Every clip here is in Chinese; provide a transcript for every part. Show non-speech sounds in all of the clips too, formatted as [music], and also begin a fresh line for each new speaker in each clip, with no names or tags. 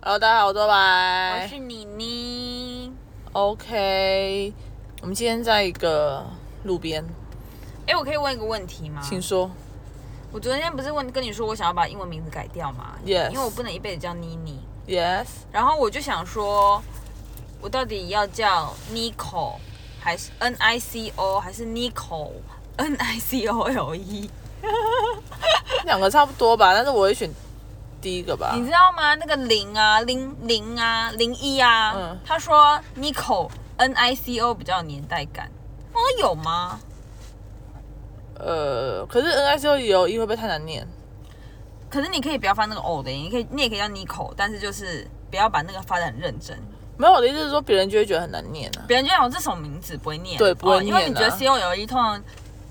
Hello，大家好，我是多
我
白。
是妮妮。
OK，我们今天在一个路边，
哎、我可以问一个问题吗？
请说。
我昨天不是问跟你说我想要把英文名字改掉吗
Yes
因为我不能一辈子叫妮妮。
Yes，
然后我就想说，我到底要叫 Nico 还是 N I C O 还是 Nico N I C O L E？
两个差不多吧，但是我会选第一个吧
你。知道吗？那个零啊，零零啊，零一啊，
嗯
他说 Nico N I C O 比较有年代感。我有吗？
呃，可是 N I C O 也有一会不会太难念？
可是你可以不要发那个偶的音，你可以你也可以叫 Nico，但是就是不要把那个发的很认真，
没有，我的意思是说别人就会觉得很难念啊。
别人就想这什么名字不会念，
对不会
哦因为你
念啊
觉得 C O L E 通常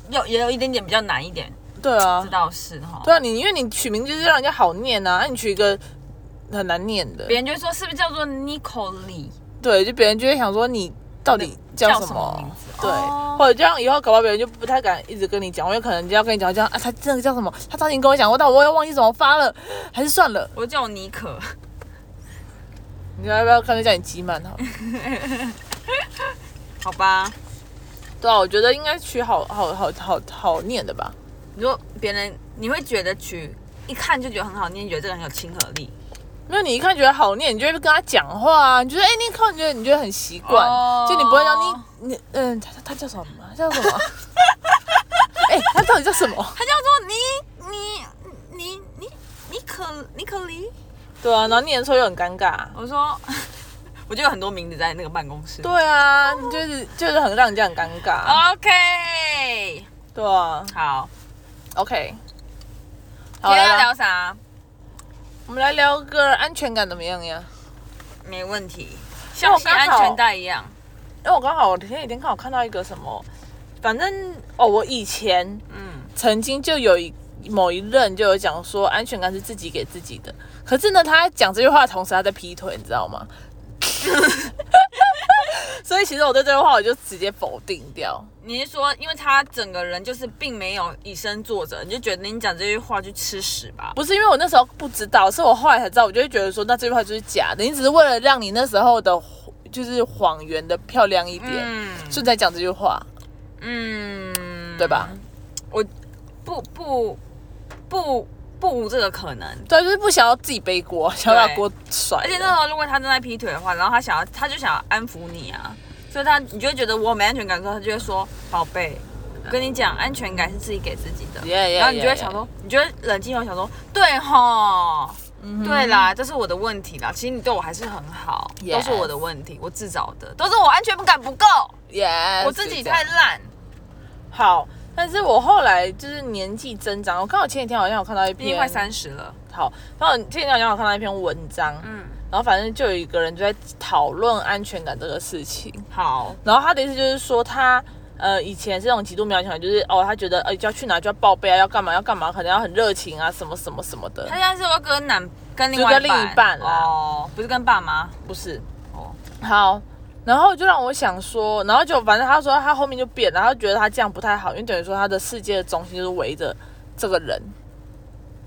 有也有一点点比较难一点，
对啊
这，倒是哈。
对啊，你因为你取名就是让人家好念啊，那你取一个很难念的
别，人就会说是不是叫做 Nico Lee？
对，就别人就会想说你到底叫
叫
什
什
么
么名字？
对
哦，
或者这样以后搞不好别人就不太敢一直跟你讲，因为可能就要跟你讲这样啊，他真的叫什么？ [laughs] 他早前跟我讲过，但我又忘记怎么发了，还是算了。
我叫我妮可，
你要不要干脆叫你啊吉曼好了？
好吧？
[laughs] 对啊，我觉得应该取好好好好好念的吧。
如果别人你会觉得取一看就觉得很好念，你觉得这个很有亲和力，
因为你一看觉得好念，你就会跟他讲话啊，你觉得哎、你靠，你觉得你觉得很习惯
哦
就你不会让你你嗯，他他他叫什么？他叫什么？ [laughs] 哎、他到底叫什么？
它叫做你你你你妮可妮可里。
对啊，然后念的时候又很尴尬。
我说， [laughs] 我就有很多名字在那个办公室。
对啊，你就是就是很让人家很尴尬。啊
，OK，
对啊
好，
，OK。
今
好
天要
来吧
聊啥？
我们来聊个安全感怎么样呀？
没问题，
为
像
我
系
刚
安
好
全带一样。
因为我刚好我前几天刚好看到一个什么，反正哦，我以前
嗯，
曾经就有一某一任就有讲说安全感是自己给自己的，可是呢，他讲这句话的同时他在劈腿，你知道
[laughs]
吗？所以其实我对这句话我就直接否定掉，
你是说，因为他整个人就是并没有以身作则，你就觉得你讲这句话去吃屎吧？
不是因为我那时候不知道，是我后来才知道，我就会觉得说那这句话就是假的，你只是为了让你那时候的就是谎言的漂亮一点，
嗯
所以才讲这句话，
嗯，
对吧？？
我不不不不无这个可能。
对，就是不想要自己背锅，想要把锅甩了。
而且那时候如果他正在劈腿的话，然后他想要，他就想要安抚你啊，所以他你就会觉得我没安全感的时候，他就会说宝贝，我跟你讲，安全感是自己给自己的。
Yeah, yeah,
然后你就会
yeah,
想说你就会冷静后想说，对吼。对啦，这是我的问题啦。其实你对我还是很好
Yes
都是我的问题，我自找的，都是我安全感不够，
yes,
呃我自己
是这样
太烂。
好。但是我后来就是年纪增长，我刚好前几天好像有看到一
毕竟
篇
快三十了，
好，然后前几天好像有看到一篇文章，
嗯，
然后反正就有一个人就在讨论安全感这个事情，
好，
然后他的意思就是说他。呃，以前是那种极度没有安全感，就是哦，他觉得呃，就要去哪就要报备啊，要干嘛要干嘛，可能要很热情啊，什么什么什么的
他。现在是要跟男跟另
就
外
跟另一半啦
哦，不是跟爸妈
不是，
哦，
好，然后就让我想说，然后就反正他说他后面就变了，他觉得他这样不太好，因为等于说他的世界的中心就是围着这个人。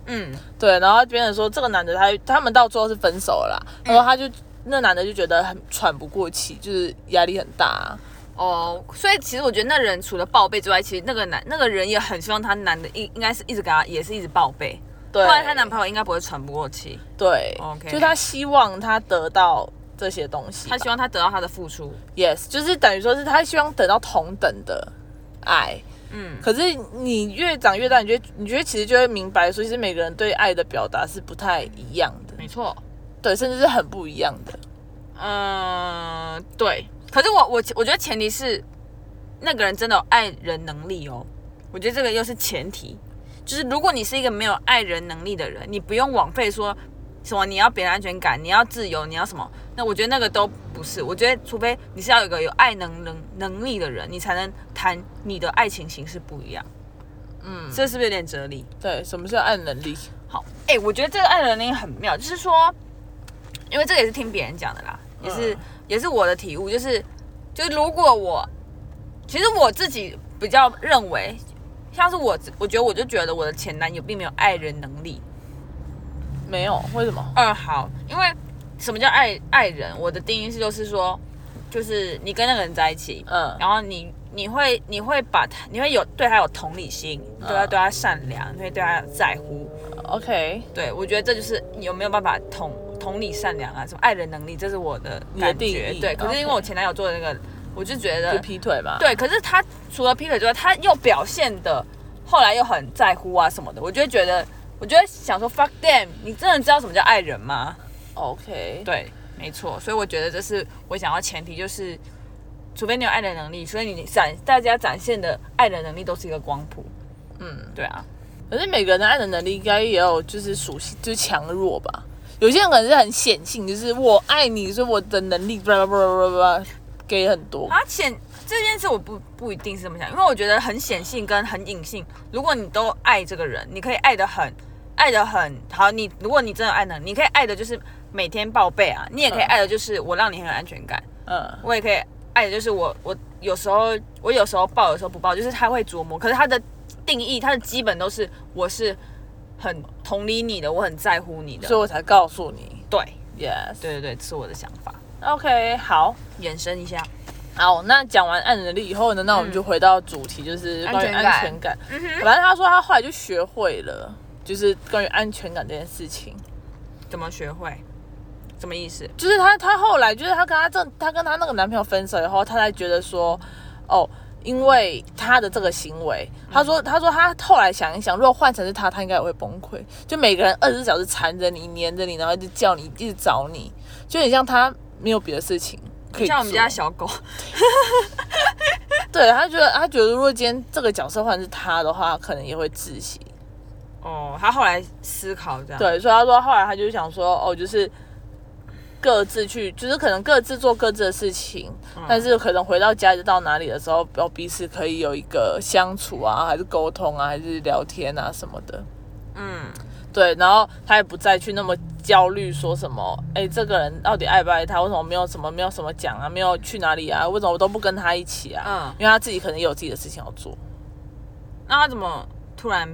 嗯，
对，然后别人说这个男的他他们到最后是分手了啦，然后他就那男的就觉得很喘不过气，就是压力很大啊、
哦，所以其实我觉得那人除了报备之外，其实那个男那个人也很希望他男的应应该是一直给他也是一直报备，
对，
不然她男朋友应该不会喘不过气。
对
OK
就他希望他得到这些东西吧，
她希望他得到他的付出，
yes，就是等于说是他希望得到同等的爱。
嗯，
可是你越长越大，你觉得你觉得其实就会明白，说其实每个人对爱的表达是不太一样的。
没错，
对，甚至是很不一样的。
嗯、对。可是我我我觉得前提是那个人真的有爱人能力哦，我觉得这个又是前提，就是如果你是一个没有爱人能力的人，你不用枉费说什么你要别人安全感，你要自由，你要什么，那我觉得那个都不是。我觉得除非你是要有一个有爱能能能力的人，你才能谈你的爱情形式不一样。嗯，这是不是有点哲理？
对，什么是爱能力？
好，哎、我觉得这个爱的能力很妙，就是说，因为这个也是听别人讲的啦，也是、
嗯
也是我的体悟，就是就是如果我，其实我自己比较认为，像是我，我觉得我就觉得我的前男友并没有爱人能力。
没有，为什么？
二好，因为什么叫爱爱人？我的定义是就是说，就是你跟那个人在一起，
嗯
然后你你会你会把他，你会有对他有同理心，对他对他善良，你会对他在乎。
，OK，
对我觉得这就是你有没有办法同同理善良啊，什么爱人能力，这是我的
你的
感
定
觉
义。
对，可是因为
OK
我前男友做的那个，我就觉
就
得
劈腿嘛。，
对，可是他除了劈腿之外，他又表现的后来又很在乎啊什么的，我就会觉得，我就会想说 fuck them，你真的知道什么叫爱人吗？
，OK，
对，没错，所以我觉得这是我想要前提，就是除非你有爱的能力，所以你展大家展现的爱的能力都是一个光谱。
嗯。
对啊，
可是每个人的爱的能力应该也有就是属性，就是强弱吧。有些人可能是很显性，就是我爱你，所以我的能力，叭叭叭叭叭叭，给很多。
而且这件事我不不一定是这么想，因为我觉得很显性跟很隐性，如果你都爱这个人，你可以爱的很。爱的很好，你如果你真的爱呢，你可以爱的就是每天报备啊，你也可以
嗯
爱的就是我让你很有安全感，
嗯
我也可以爱的就是我我有时候我有时候抱，有时候不抱，就是他会琢磨。可是他的定义，他的基本都是我是很同理你的，我很在乎你的。
所以我才告诉你
对
，yes，
对对对，是我的想法。
，OK，好，
延伸一下，
好，那讲完爱的能力以后呢，那我们就回到主题，就是关于
嗯安全感嗯
安全感。反正他说他后来就学会了，就是关于安全感这件事情。
怎么学会？什么意思？
就是她，她后来就是她跟她这，她跟她那个男朋友分手以后，她才觉得说，哦，因为她的这个行为，
嗯
她说，她说她后来想一想，如果换成是她，她应该也会崩溃。就每个人二十四小时缠着你、黏着你，然后一直叫你、一直找你，就很像她没有别的事情可以做。
像我们家小狗，
对，她觉得她觉得如果今天这个角色换是她的话，可能也会窒息。
哦，他后来思考这样。，
对，所以他说后来他就想说，哦，就是各自去，就是可能各自做各自的事情，
嗯
但是可能回到家就到哪里的时候，要彼此可以有一个相处啊，还是沟通啊，还是聊天啊什么的。
嗯，
对，然后他也不再去那么焦虑，说什么，哎，这个人到底爱不爱他？为什么没有什么没有什么讲啊？没有去哪里啊？为什么我都不跟他一起啊？
嗯
因为他自己可能也有自己的事情要做。
那他怎么突然？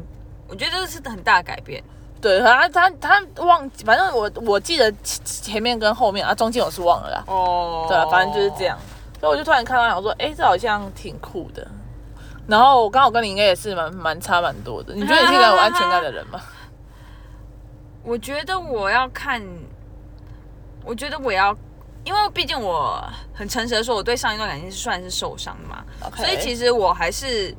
我觉得这是很大的改变。
对，可他他他忘记，反正我我记得前前面跟后面啊，中间我是忘了啦。
哦，
对啊，反正就是这样。。所以我就突然看到，想说，哎、这好像挺酷的。然后我刚好跟你应该也是蛮蛮差蛮多的。你觉得你是一个有安全感的人吗？
我觉得我要看，我觉得我要，因为毕竟我很诚实的说，我对上一段感情是算是受伤的嘛
OK
[laughs] 所以其实我还是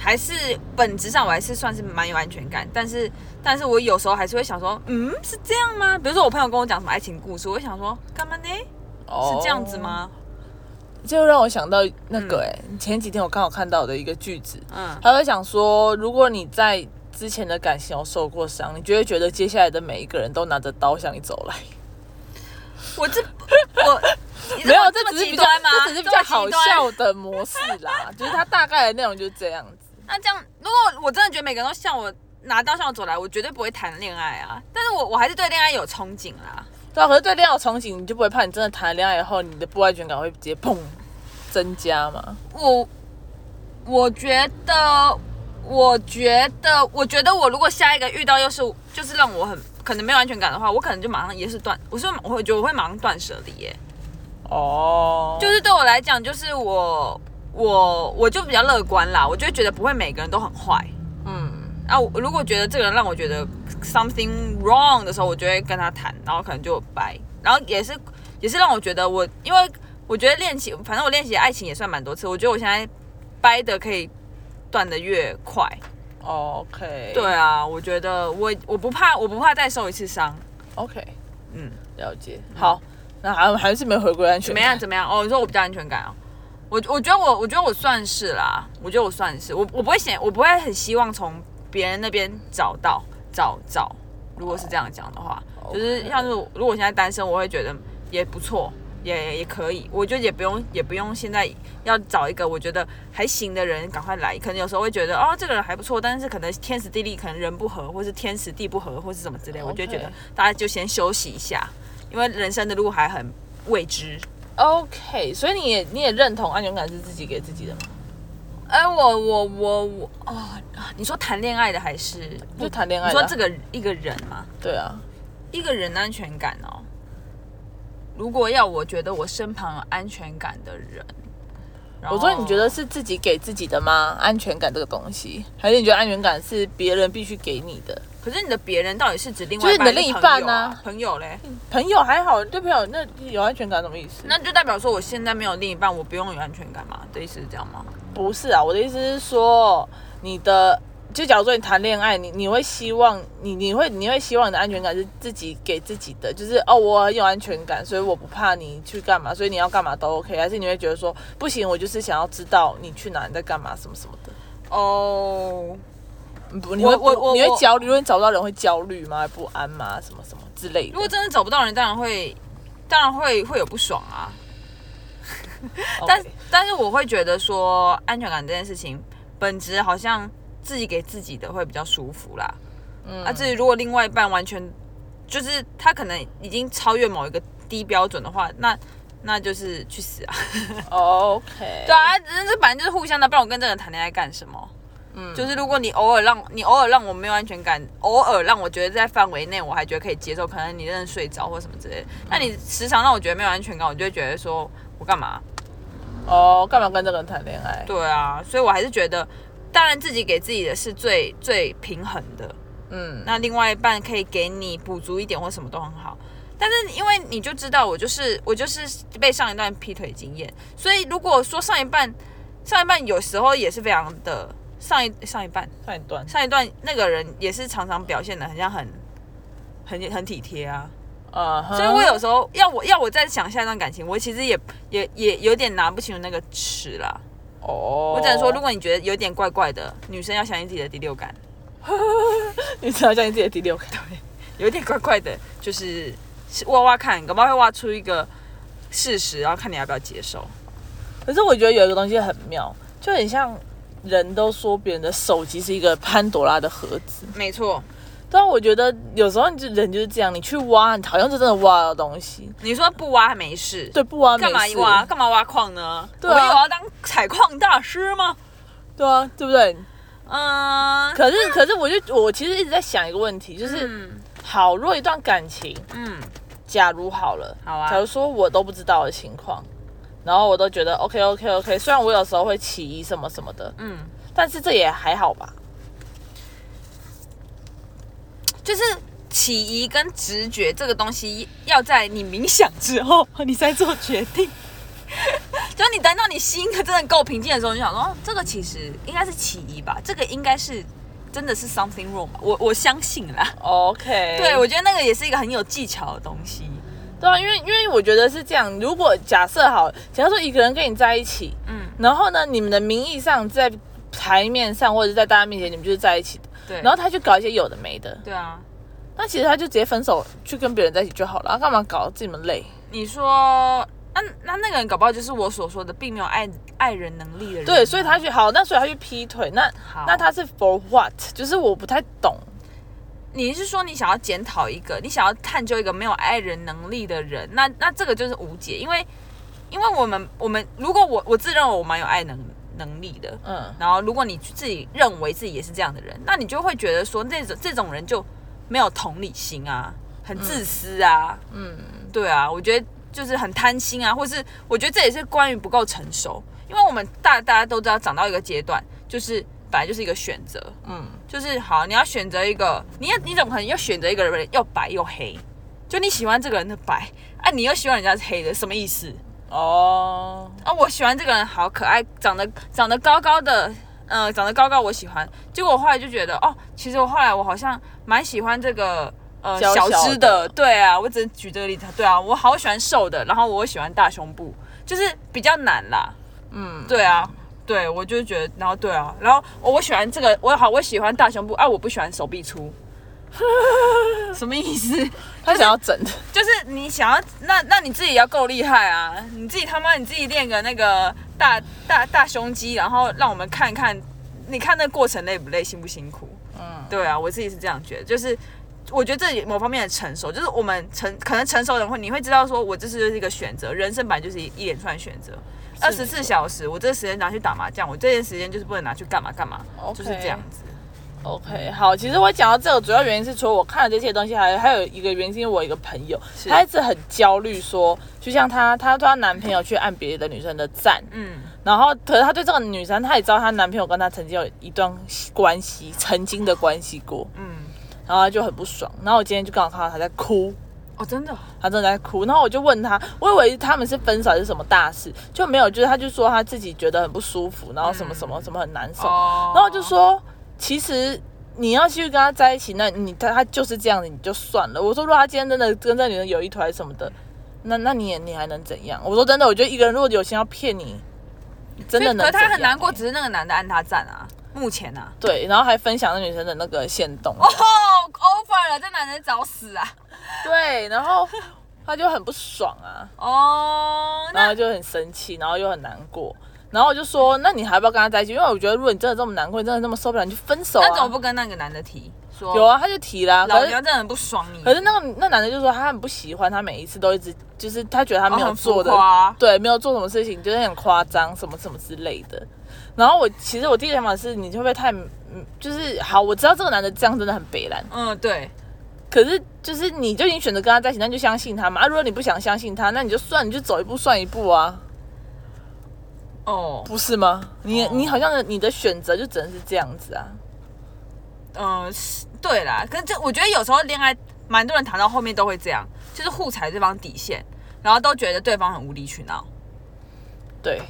还是本质上我还是算是蛮有安全感，但是但是我有时候还是会想说，嗯，是这样吗？比如说我朋友跟我讲什么爱情故事，我会想说，干嘛呢？
哦
是这样子？吗？
就让我想到那个、哎、前几天我刚好看到的一个句子，
嗯
他会想说，如果你在之前的感情有受过伤，你就会觉得接下来的每一个人都拿着刀向你走来。
我这
[laughs]
我你
没有，
这么
只是
极
比较，
端吗？
这只是比较
么极
好
端
笑的模式啦， [laughs] 就是他大概的内容就是这样子。
那这样，如果我真的觉得每个人都向我拿刀向我走来，我绝对不会谈恋爱啊。但是我我还是对恋爱有憧憬啦。
对啊，可是对恋爱有憧憬，你就不会怕你真的谈了恋爱以后，你的不安全感会直接砰增加嘛？
我我觉得，我觉得，我觉得我如果下一个遇到又是就是让我很可能没有安全感的话，我可能就马上也是断，我是我会觉得我会马上断舍离耶。
哦，就
就是对我来讲，就是我我我就比较乐观啦，我就会觉得不会每个人都很坏。
嗯，
啊，我如果觉得这个人让我觉得 something wrong 的时候，我就会跟他谈，然后可能就掰，然后也是也是让我觉得我，因为我觉得练习，反正我练习爱情也算蛮多次，我觉得我现在掰的可以断的越快。
哦，OK，
对啊，我觉得我我不怕，我不怕再受一次伤。
，OK，
嗯，
了解。好，那还还是没回归安全
怎
感，
么样？怎么样？哦，你说我比较安全感哦。我我觉得我我觉得我算是啦，我觉得我算是，我我不会显，我不会很希望从别人那边找到找找。如果是这样讲的话
哦
就是
，OK
像是我如果我现在单身，我会觉得也不错，也也可以。我觉得也不用也不用现在要找一个我觉得还行的人赶快来。可能有时候会觉得哦这个人还不错，但是可能天时地利可能人不合，或是天时地不合，或是什么之类，我就觉得
OK
大家就先休息一下，因为人生的路还很未知。
？OK，所以你也你也认同安全感是自己给自己的吗？
哎，我我我我哦，你说谈恋爱的还是
就谈恋爱
你
的啊
说这个一个人吗？
对啊，
一个人的安全感哦，如果要我觉得我身旁有安全感的人，然后
我说你觉得是自己给自己的吗？安全感这个东西，还是你觉得安全感是别人必须给你的？
可是你的别人到底是指另外
就是你的
还是
另一
朋友
半
啊
啊？
朋友嘞，
朋友还好，对朋友那有安全感什么意思？
那就代表说我现在没有另一半，我不用有安全感嘛？的意思是这样吗？
不是啊，我的意思是说，你的就假如说你谈恋爱，你你会希望你你会你会希望你的安全感是自己给自己的，就是哦我很有安全感，所以我不怕你去干嘛，所以你要干嘛都 OK，还是你会觉得说不行，我就是想要知道你去哪，你在干嘛什么什么的。
哦、
你不，你会
我我我
你会
我
焦虑，如果你找不到人会焦虑吗？不安吗？什么什么之类的。
如果真的找不到人，当然会，当然会会有不爽啊。
OK
但但是我会觉得说，安全感这件事情本质好像自己给自己的会比较舒服啦。
嗯
啊，至于如果另外一半完全就是他可能已经超越某一个低标准的话，那那就是去死啊！
哦 OK，
对啊，这这反正就是互相的，不然我跟这个人谈恋爱干什么？
嗯
就是如果你偶尔让你偶尔让我没有安全感，偶尔让我觉得在范围内我还觉得可以接受，可能你真的睡着或什么之类的，那你时常让我觉得没有安全感，我就会觉得说我干嘛？
哦，干嘛跟这个人谈恋爱？
对啊，所以我还是觉得，当然自己给自己的是最最平衡的，
嗯，
那另外一半可以给你补足一点或什么都很好。但是因为你就知道我就是我就是被上一段劈腿经验，所以如果说上一半上一半有时候也是非常的上一上一半
看一段。
上一段那个人也是常常表现的很像很很很体贴啊，
啊哈，
所以我有时候要我要我再想下一段感情，我其实也也也有点拿不清那个尺啦。
哦，
我只能说，如果你觉得有点怪怪的，女生要相信自己的第六感，
[laughs] 你只要相信自己的第六感，
有点怪怪的，就是是挖挖看，搞不好会挖出一个事实，然后看你要不要接受。
可是我觉得有一个东西很妙，就很像人都说别人的手机是一个潘多拉的盒子，
没错，
但我觉得有时候你就人就是这样，你去挖，你好像就真的挖到东西，
你说不挖还没事，
对，不挖没
干嘛
事
挖？？干嘛挖矿呢？
对啊
我有要当采矿大师吗？
对啊，对不对？
嗯，
可是可是我就我其实一直在想一个问题，就是、
嗯
好，如果一段感情，
嗯，
假如好了，
好啊
假如说我都不知道的情况，然后我都觉得 OK OK OK，虽然我有时候会起疑什么什么的，
嗯，
但是这也还好吧。
就是起疑跟直觉这个东西，要在你冥想之后， [laughs] 你再做决定。就是你等到你心真的够平静的时候，你就想说，哦这个其实应该是起疑吧，这个应该是真的是 something wrong 吧，我我相信啦。
OK，
对，我觉得那个也是一个很有技巧的东西。
对啊，因为因为我觉得是这样，如果假设好，假如说一个人跟你在一起，
嗯，
然后呢，你们的名义上在台面上或者在大家面前你们就是在一起的，
对。
然后他去搞一些有的没的，
对啊，
那其实他就直接分手去跟别人在一起就好了，啊干嘛搞自己们累？
你说。那那那个人搞不好就是我所说的并没有爱爱人能力的人，啊
对，所以他去好，那所以他去劈腿，那
好
那他是 for what？就是我不太懂。
你是说你想要检讨一个，你想要探究一个没有爱人能力的人，那那这个就是无解，因为因为我们我们如果我我自认为我蛮有爱能能力的，
嗯，
然后如果你自己认为自己也是这样的人，那你就会觉得说这种这种人就没有同理心啊，很自私啊，嗯，对啊，我觉得就是很贪心啊，或是我觉得这也是关于不够成熟，因为我们大大家都知道长到一个阶段，就是本来就是一个选择，嗯
嗯，
就是好你要选择一个，你要你怎么可能要选择一个人又白又黑？就你喜欢这个人的白，啊，你又喜欢人家是黑的，什么意思？
哦，
啊，我喜欢这个人，好可爱，长得长得高高的，呃，长得高高，我喜欢。结果我后来就觉得，哦，其实我后来我好像蛮喜欢这个呃
娇
小
小
只的，
的
对啊，我只能举这个例子，对啊，我好喜欢瘦的，然后我喜欢大胸部，就是比较难啦，
嗯，
对啊。对，我就觉得，然后对啊，然后我我喜欢这个，我好，我喜欢大胸部啊，我不喜欢手臂粗，什么意思？
他想要整的，
就是你想要，那那你自己要够厉害啊！你自己他妈你自己练个那个大大大胸肌，然后让我们看看，你看那过程累不累，辛不辛苦？嗯
嗯，
对啊，我自己是这样觉得，就是我觉得这里某方面的成熟，就是我们成可能成熟的人会，你会知道说我这是一个选择，人生本来就是一一连串选择。二十
没
四小时，我这个时间拿去打麻将，我这段时间就是不能拿去干嘛干嘛
OK
就是这样子。
OK，好，其实我讲到这个主要原因是，除了我看了这些东西，还还有一个原因，是因为我有一个朋友，
是
她一直很焦虑说，就像她，她说她男朋友去按别的女生的赞，
嗯，
然后可是她对这个女生，她也知道她男朋友跟她曾经有一段关系，曾经的关系过，
嗯，
然后她就很不爽。然后我今天就刚好看到她在哭，
哦，真的哦，
她正在哭，然后我就问她，我以为他们是分手还是什么大事，就没有，就是她就说她自己觉得很不舒服，然后
嗯
什么什么什么很难受，
然
然后我就，说，其实你要继续跟他在一起，那你他他就是这样子，你就算了。我说，如果他今天真的跟这女人有一腿什么的，那那你也你还能怎样？我说啊真的，我觉得一个人如果有心要骗你，真的
所以
能怎
可他
样
很难过，只是那个男的按他赞啊，目前啊，
对，然后还分享那女生的那个线动，
哦，over 了，这男人找死啊，
对，然后他就很不爽啊，
哦，
然
那
后就很生气，然后又很难过。然后我就说，那你还要不要跟他在一起？因为我觉得，如果你真的这么难过，你真的这么受不了，你就分手啊。
那怎么不跟那个男的提？说
有，啊，他就提啦、可
老
是
娘真的很不爽你，
可是那个那男的就说他很不喜欢他每一次都一直就是他觉得他
哦
没有
很浮
做的、
夸
对没有做什么事情就是很夸张什么什么之类的。然后我其实我第一个想法是你会不会太嗯就是好我知道这个男的这样真的很北蓝，
嗯，对，
可是就是你就已经选择跟他在一起，那你就相信他嘛。啊，如果你不想相信他，那你就算你就走一步算一步啊，
哦，
不是吗？你、
哦
你好像你的选择就只能是这样子啊。
嗯，是对啦，可是这我觉得有时候恋爱，蛮多人谈到后面都会这样，就是互踩对方底线，然后都觉得对方很无理取闹，
对，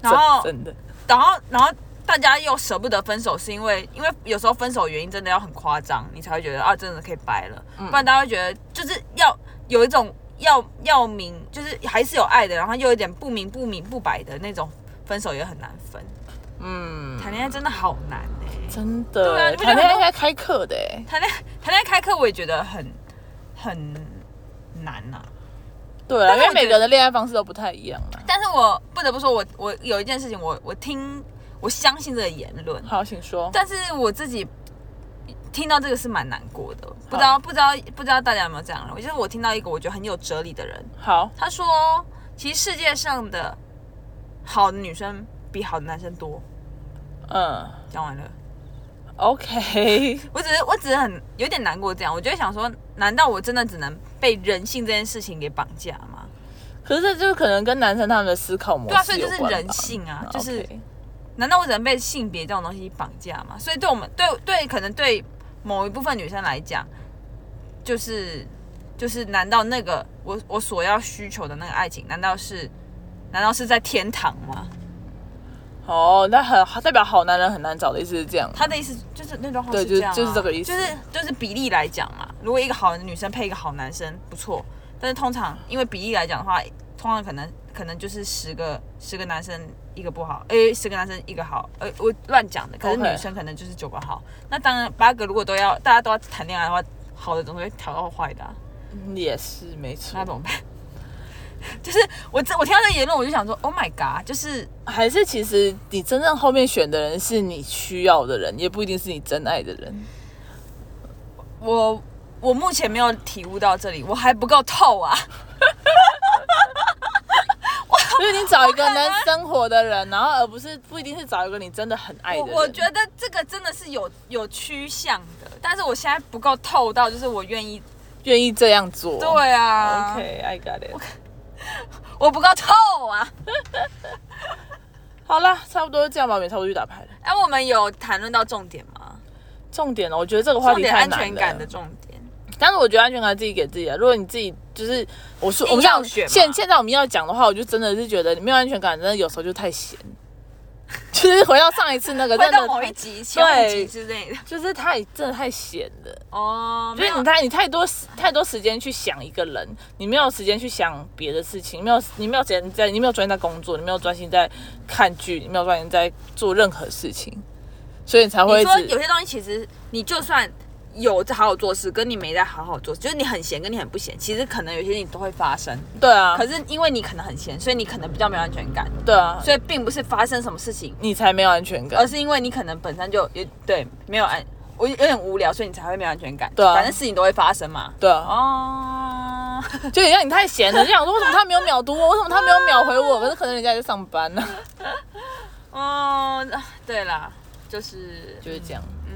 然后
真真的
然后然后大家又舍不得分手，是因为因为有时候分手原因真的要很夸张，你才会觉得啊，真的可以掰了，不然大家会觉得就是要有一种要要明，就是还是有爱的，然后又有一点不明不明不白的那种分手也很难分，
嗯，
谈恋爱真的好难哎、
真的、
对啊
欸，
你不觉得
谈恋爱
很
应该
多
开课的、欸。
谈恋谈恋爱开课我也觉得很很难呐、啊
对啊，
但
因为
是我
每
觉
个人的恋爱方式都不太一样啊。
但是我不得不说我，我有一件事情我，我听我相信这个言论，
好，请说。
但是我自己听到这个是蛮难过的，不知道不知道不知道大家有没有这样的人？我就是我听到一个我觉得很有哲理的人，
好，
他说，其实世界上的好的女生比好的男生多。
嗯
讲完了， [laughs]
，OK，
我只是我只是很有点难过，这样我就会想说，难道我真的只能被人性这件事情给绑架吗？
可是这就可能跟男生他们的思考模
对啊，所
式
以
有
就
关吧。
是人性啊，
嗯
就是。
OK
难道我只能被性别这种东西绑架吗？所以对我们对对可能对某一部分女生来讲，就是就是难道那个我我所要需求的那个爱情，难道是难道是在天堂吗？
哦，那很代表好男人很难找的意思是这样吗。
他的意思就是那段话
对
是这样、啊
就是就是这个意思
就是就是比例来讲嘛。如果一个好的女生配一个好男生，不错。但是通常因为比例来讲的话，通常可能可能就是十个十个男生一个不好，诶、十个男生一个好，呃，我乱讲的。可是
OK
女生可能就是九个好。那当然八个如果都要大家都要谈恋爱的话，好的总会调到坏的、啊，
嗯也是没错
那，怎么办？ [laughs] 就是我这我听到这个言论，我就想说，Oh my god！就是
还是其实你真正后面选的人是你需要的人，也不一定是你真爱的
[laughs]
人。
我我目前没有体悟到这里，我还不够透啊。
就是你找一个能生活的人，然后而不是不一定是找一个你真的很爱的
我
人。
我觉得这个真的是有有趋向的，但是我现在不够透到，就是我愿意。
愿意这样做。
对啊
，OK，I got it。
我不够透啊。
好啦，差不多就这样吧，我们也差不多去打牌了。
哎、我们有谈论到重点吗？
重点了，哦我觉得这个话
重
题
点
太
安
难
全
了。
感的重点。
但是我觉得安全感自己给自己的。如果你自己就是，我说我们
硬要
样
选嘛
现现在我们要讲的话，我就真的是觉得你没有安全感，真的有时候就太闲。就是回到上一次那
[laughs]
个，
会
真
到
的
某一
太
集、前五
对
集之类的。
就是太真的太闲了。
哦，
就
没
是
有
你，太你太多时太多时间去想一个人，你没有时间去想别的事情，没有你没有时间在你没有专心在工作，你没有专心在看剧，你没有专心在做任何事情，所以你才会
你
一
说
直
有些东西其实你就算有在好好做事，跟你没在好好做事，就是你很闲跟你很不闲，其实可能有些事情都会发生。
对啊，
可是因为你可能很闲，所以你可能比较没有安全感，
对啊，
所以并不是发生什么事情
你才没有安全感
而。是因为你可能本身就也对没有安，我有点无聊，所以你才会没有安全感。
对啊
反正事情都会发生嘛。
对啊，
哦，
就很像你太闲了，就想说为什么他没有秒读我，为什么他没有秒回我？可是可能人家在上班呢、
[laughs] 哦，对啦，就是
就是这样。
嗯，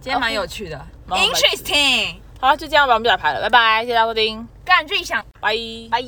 今天蛮有趣的
蛮有趣
，interesting，
好，就这样吧，我们不打牌了，拜拜，谢谢大家收听，
干最想
拜。
拜。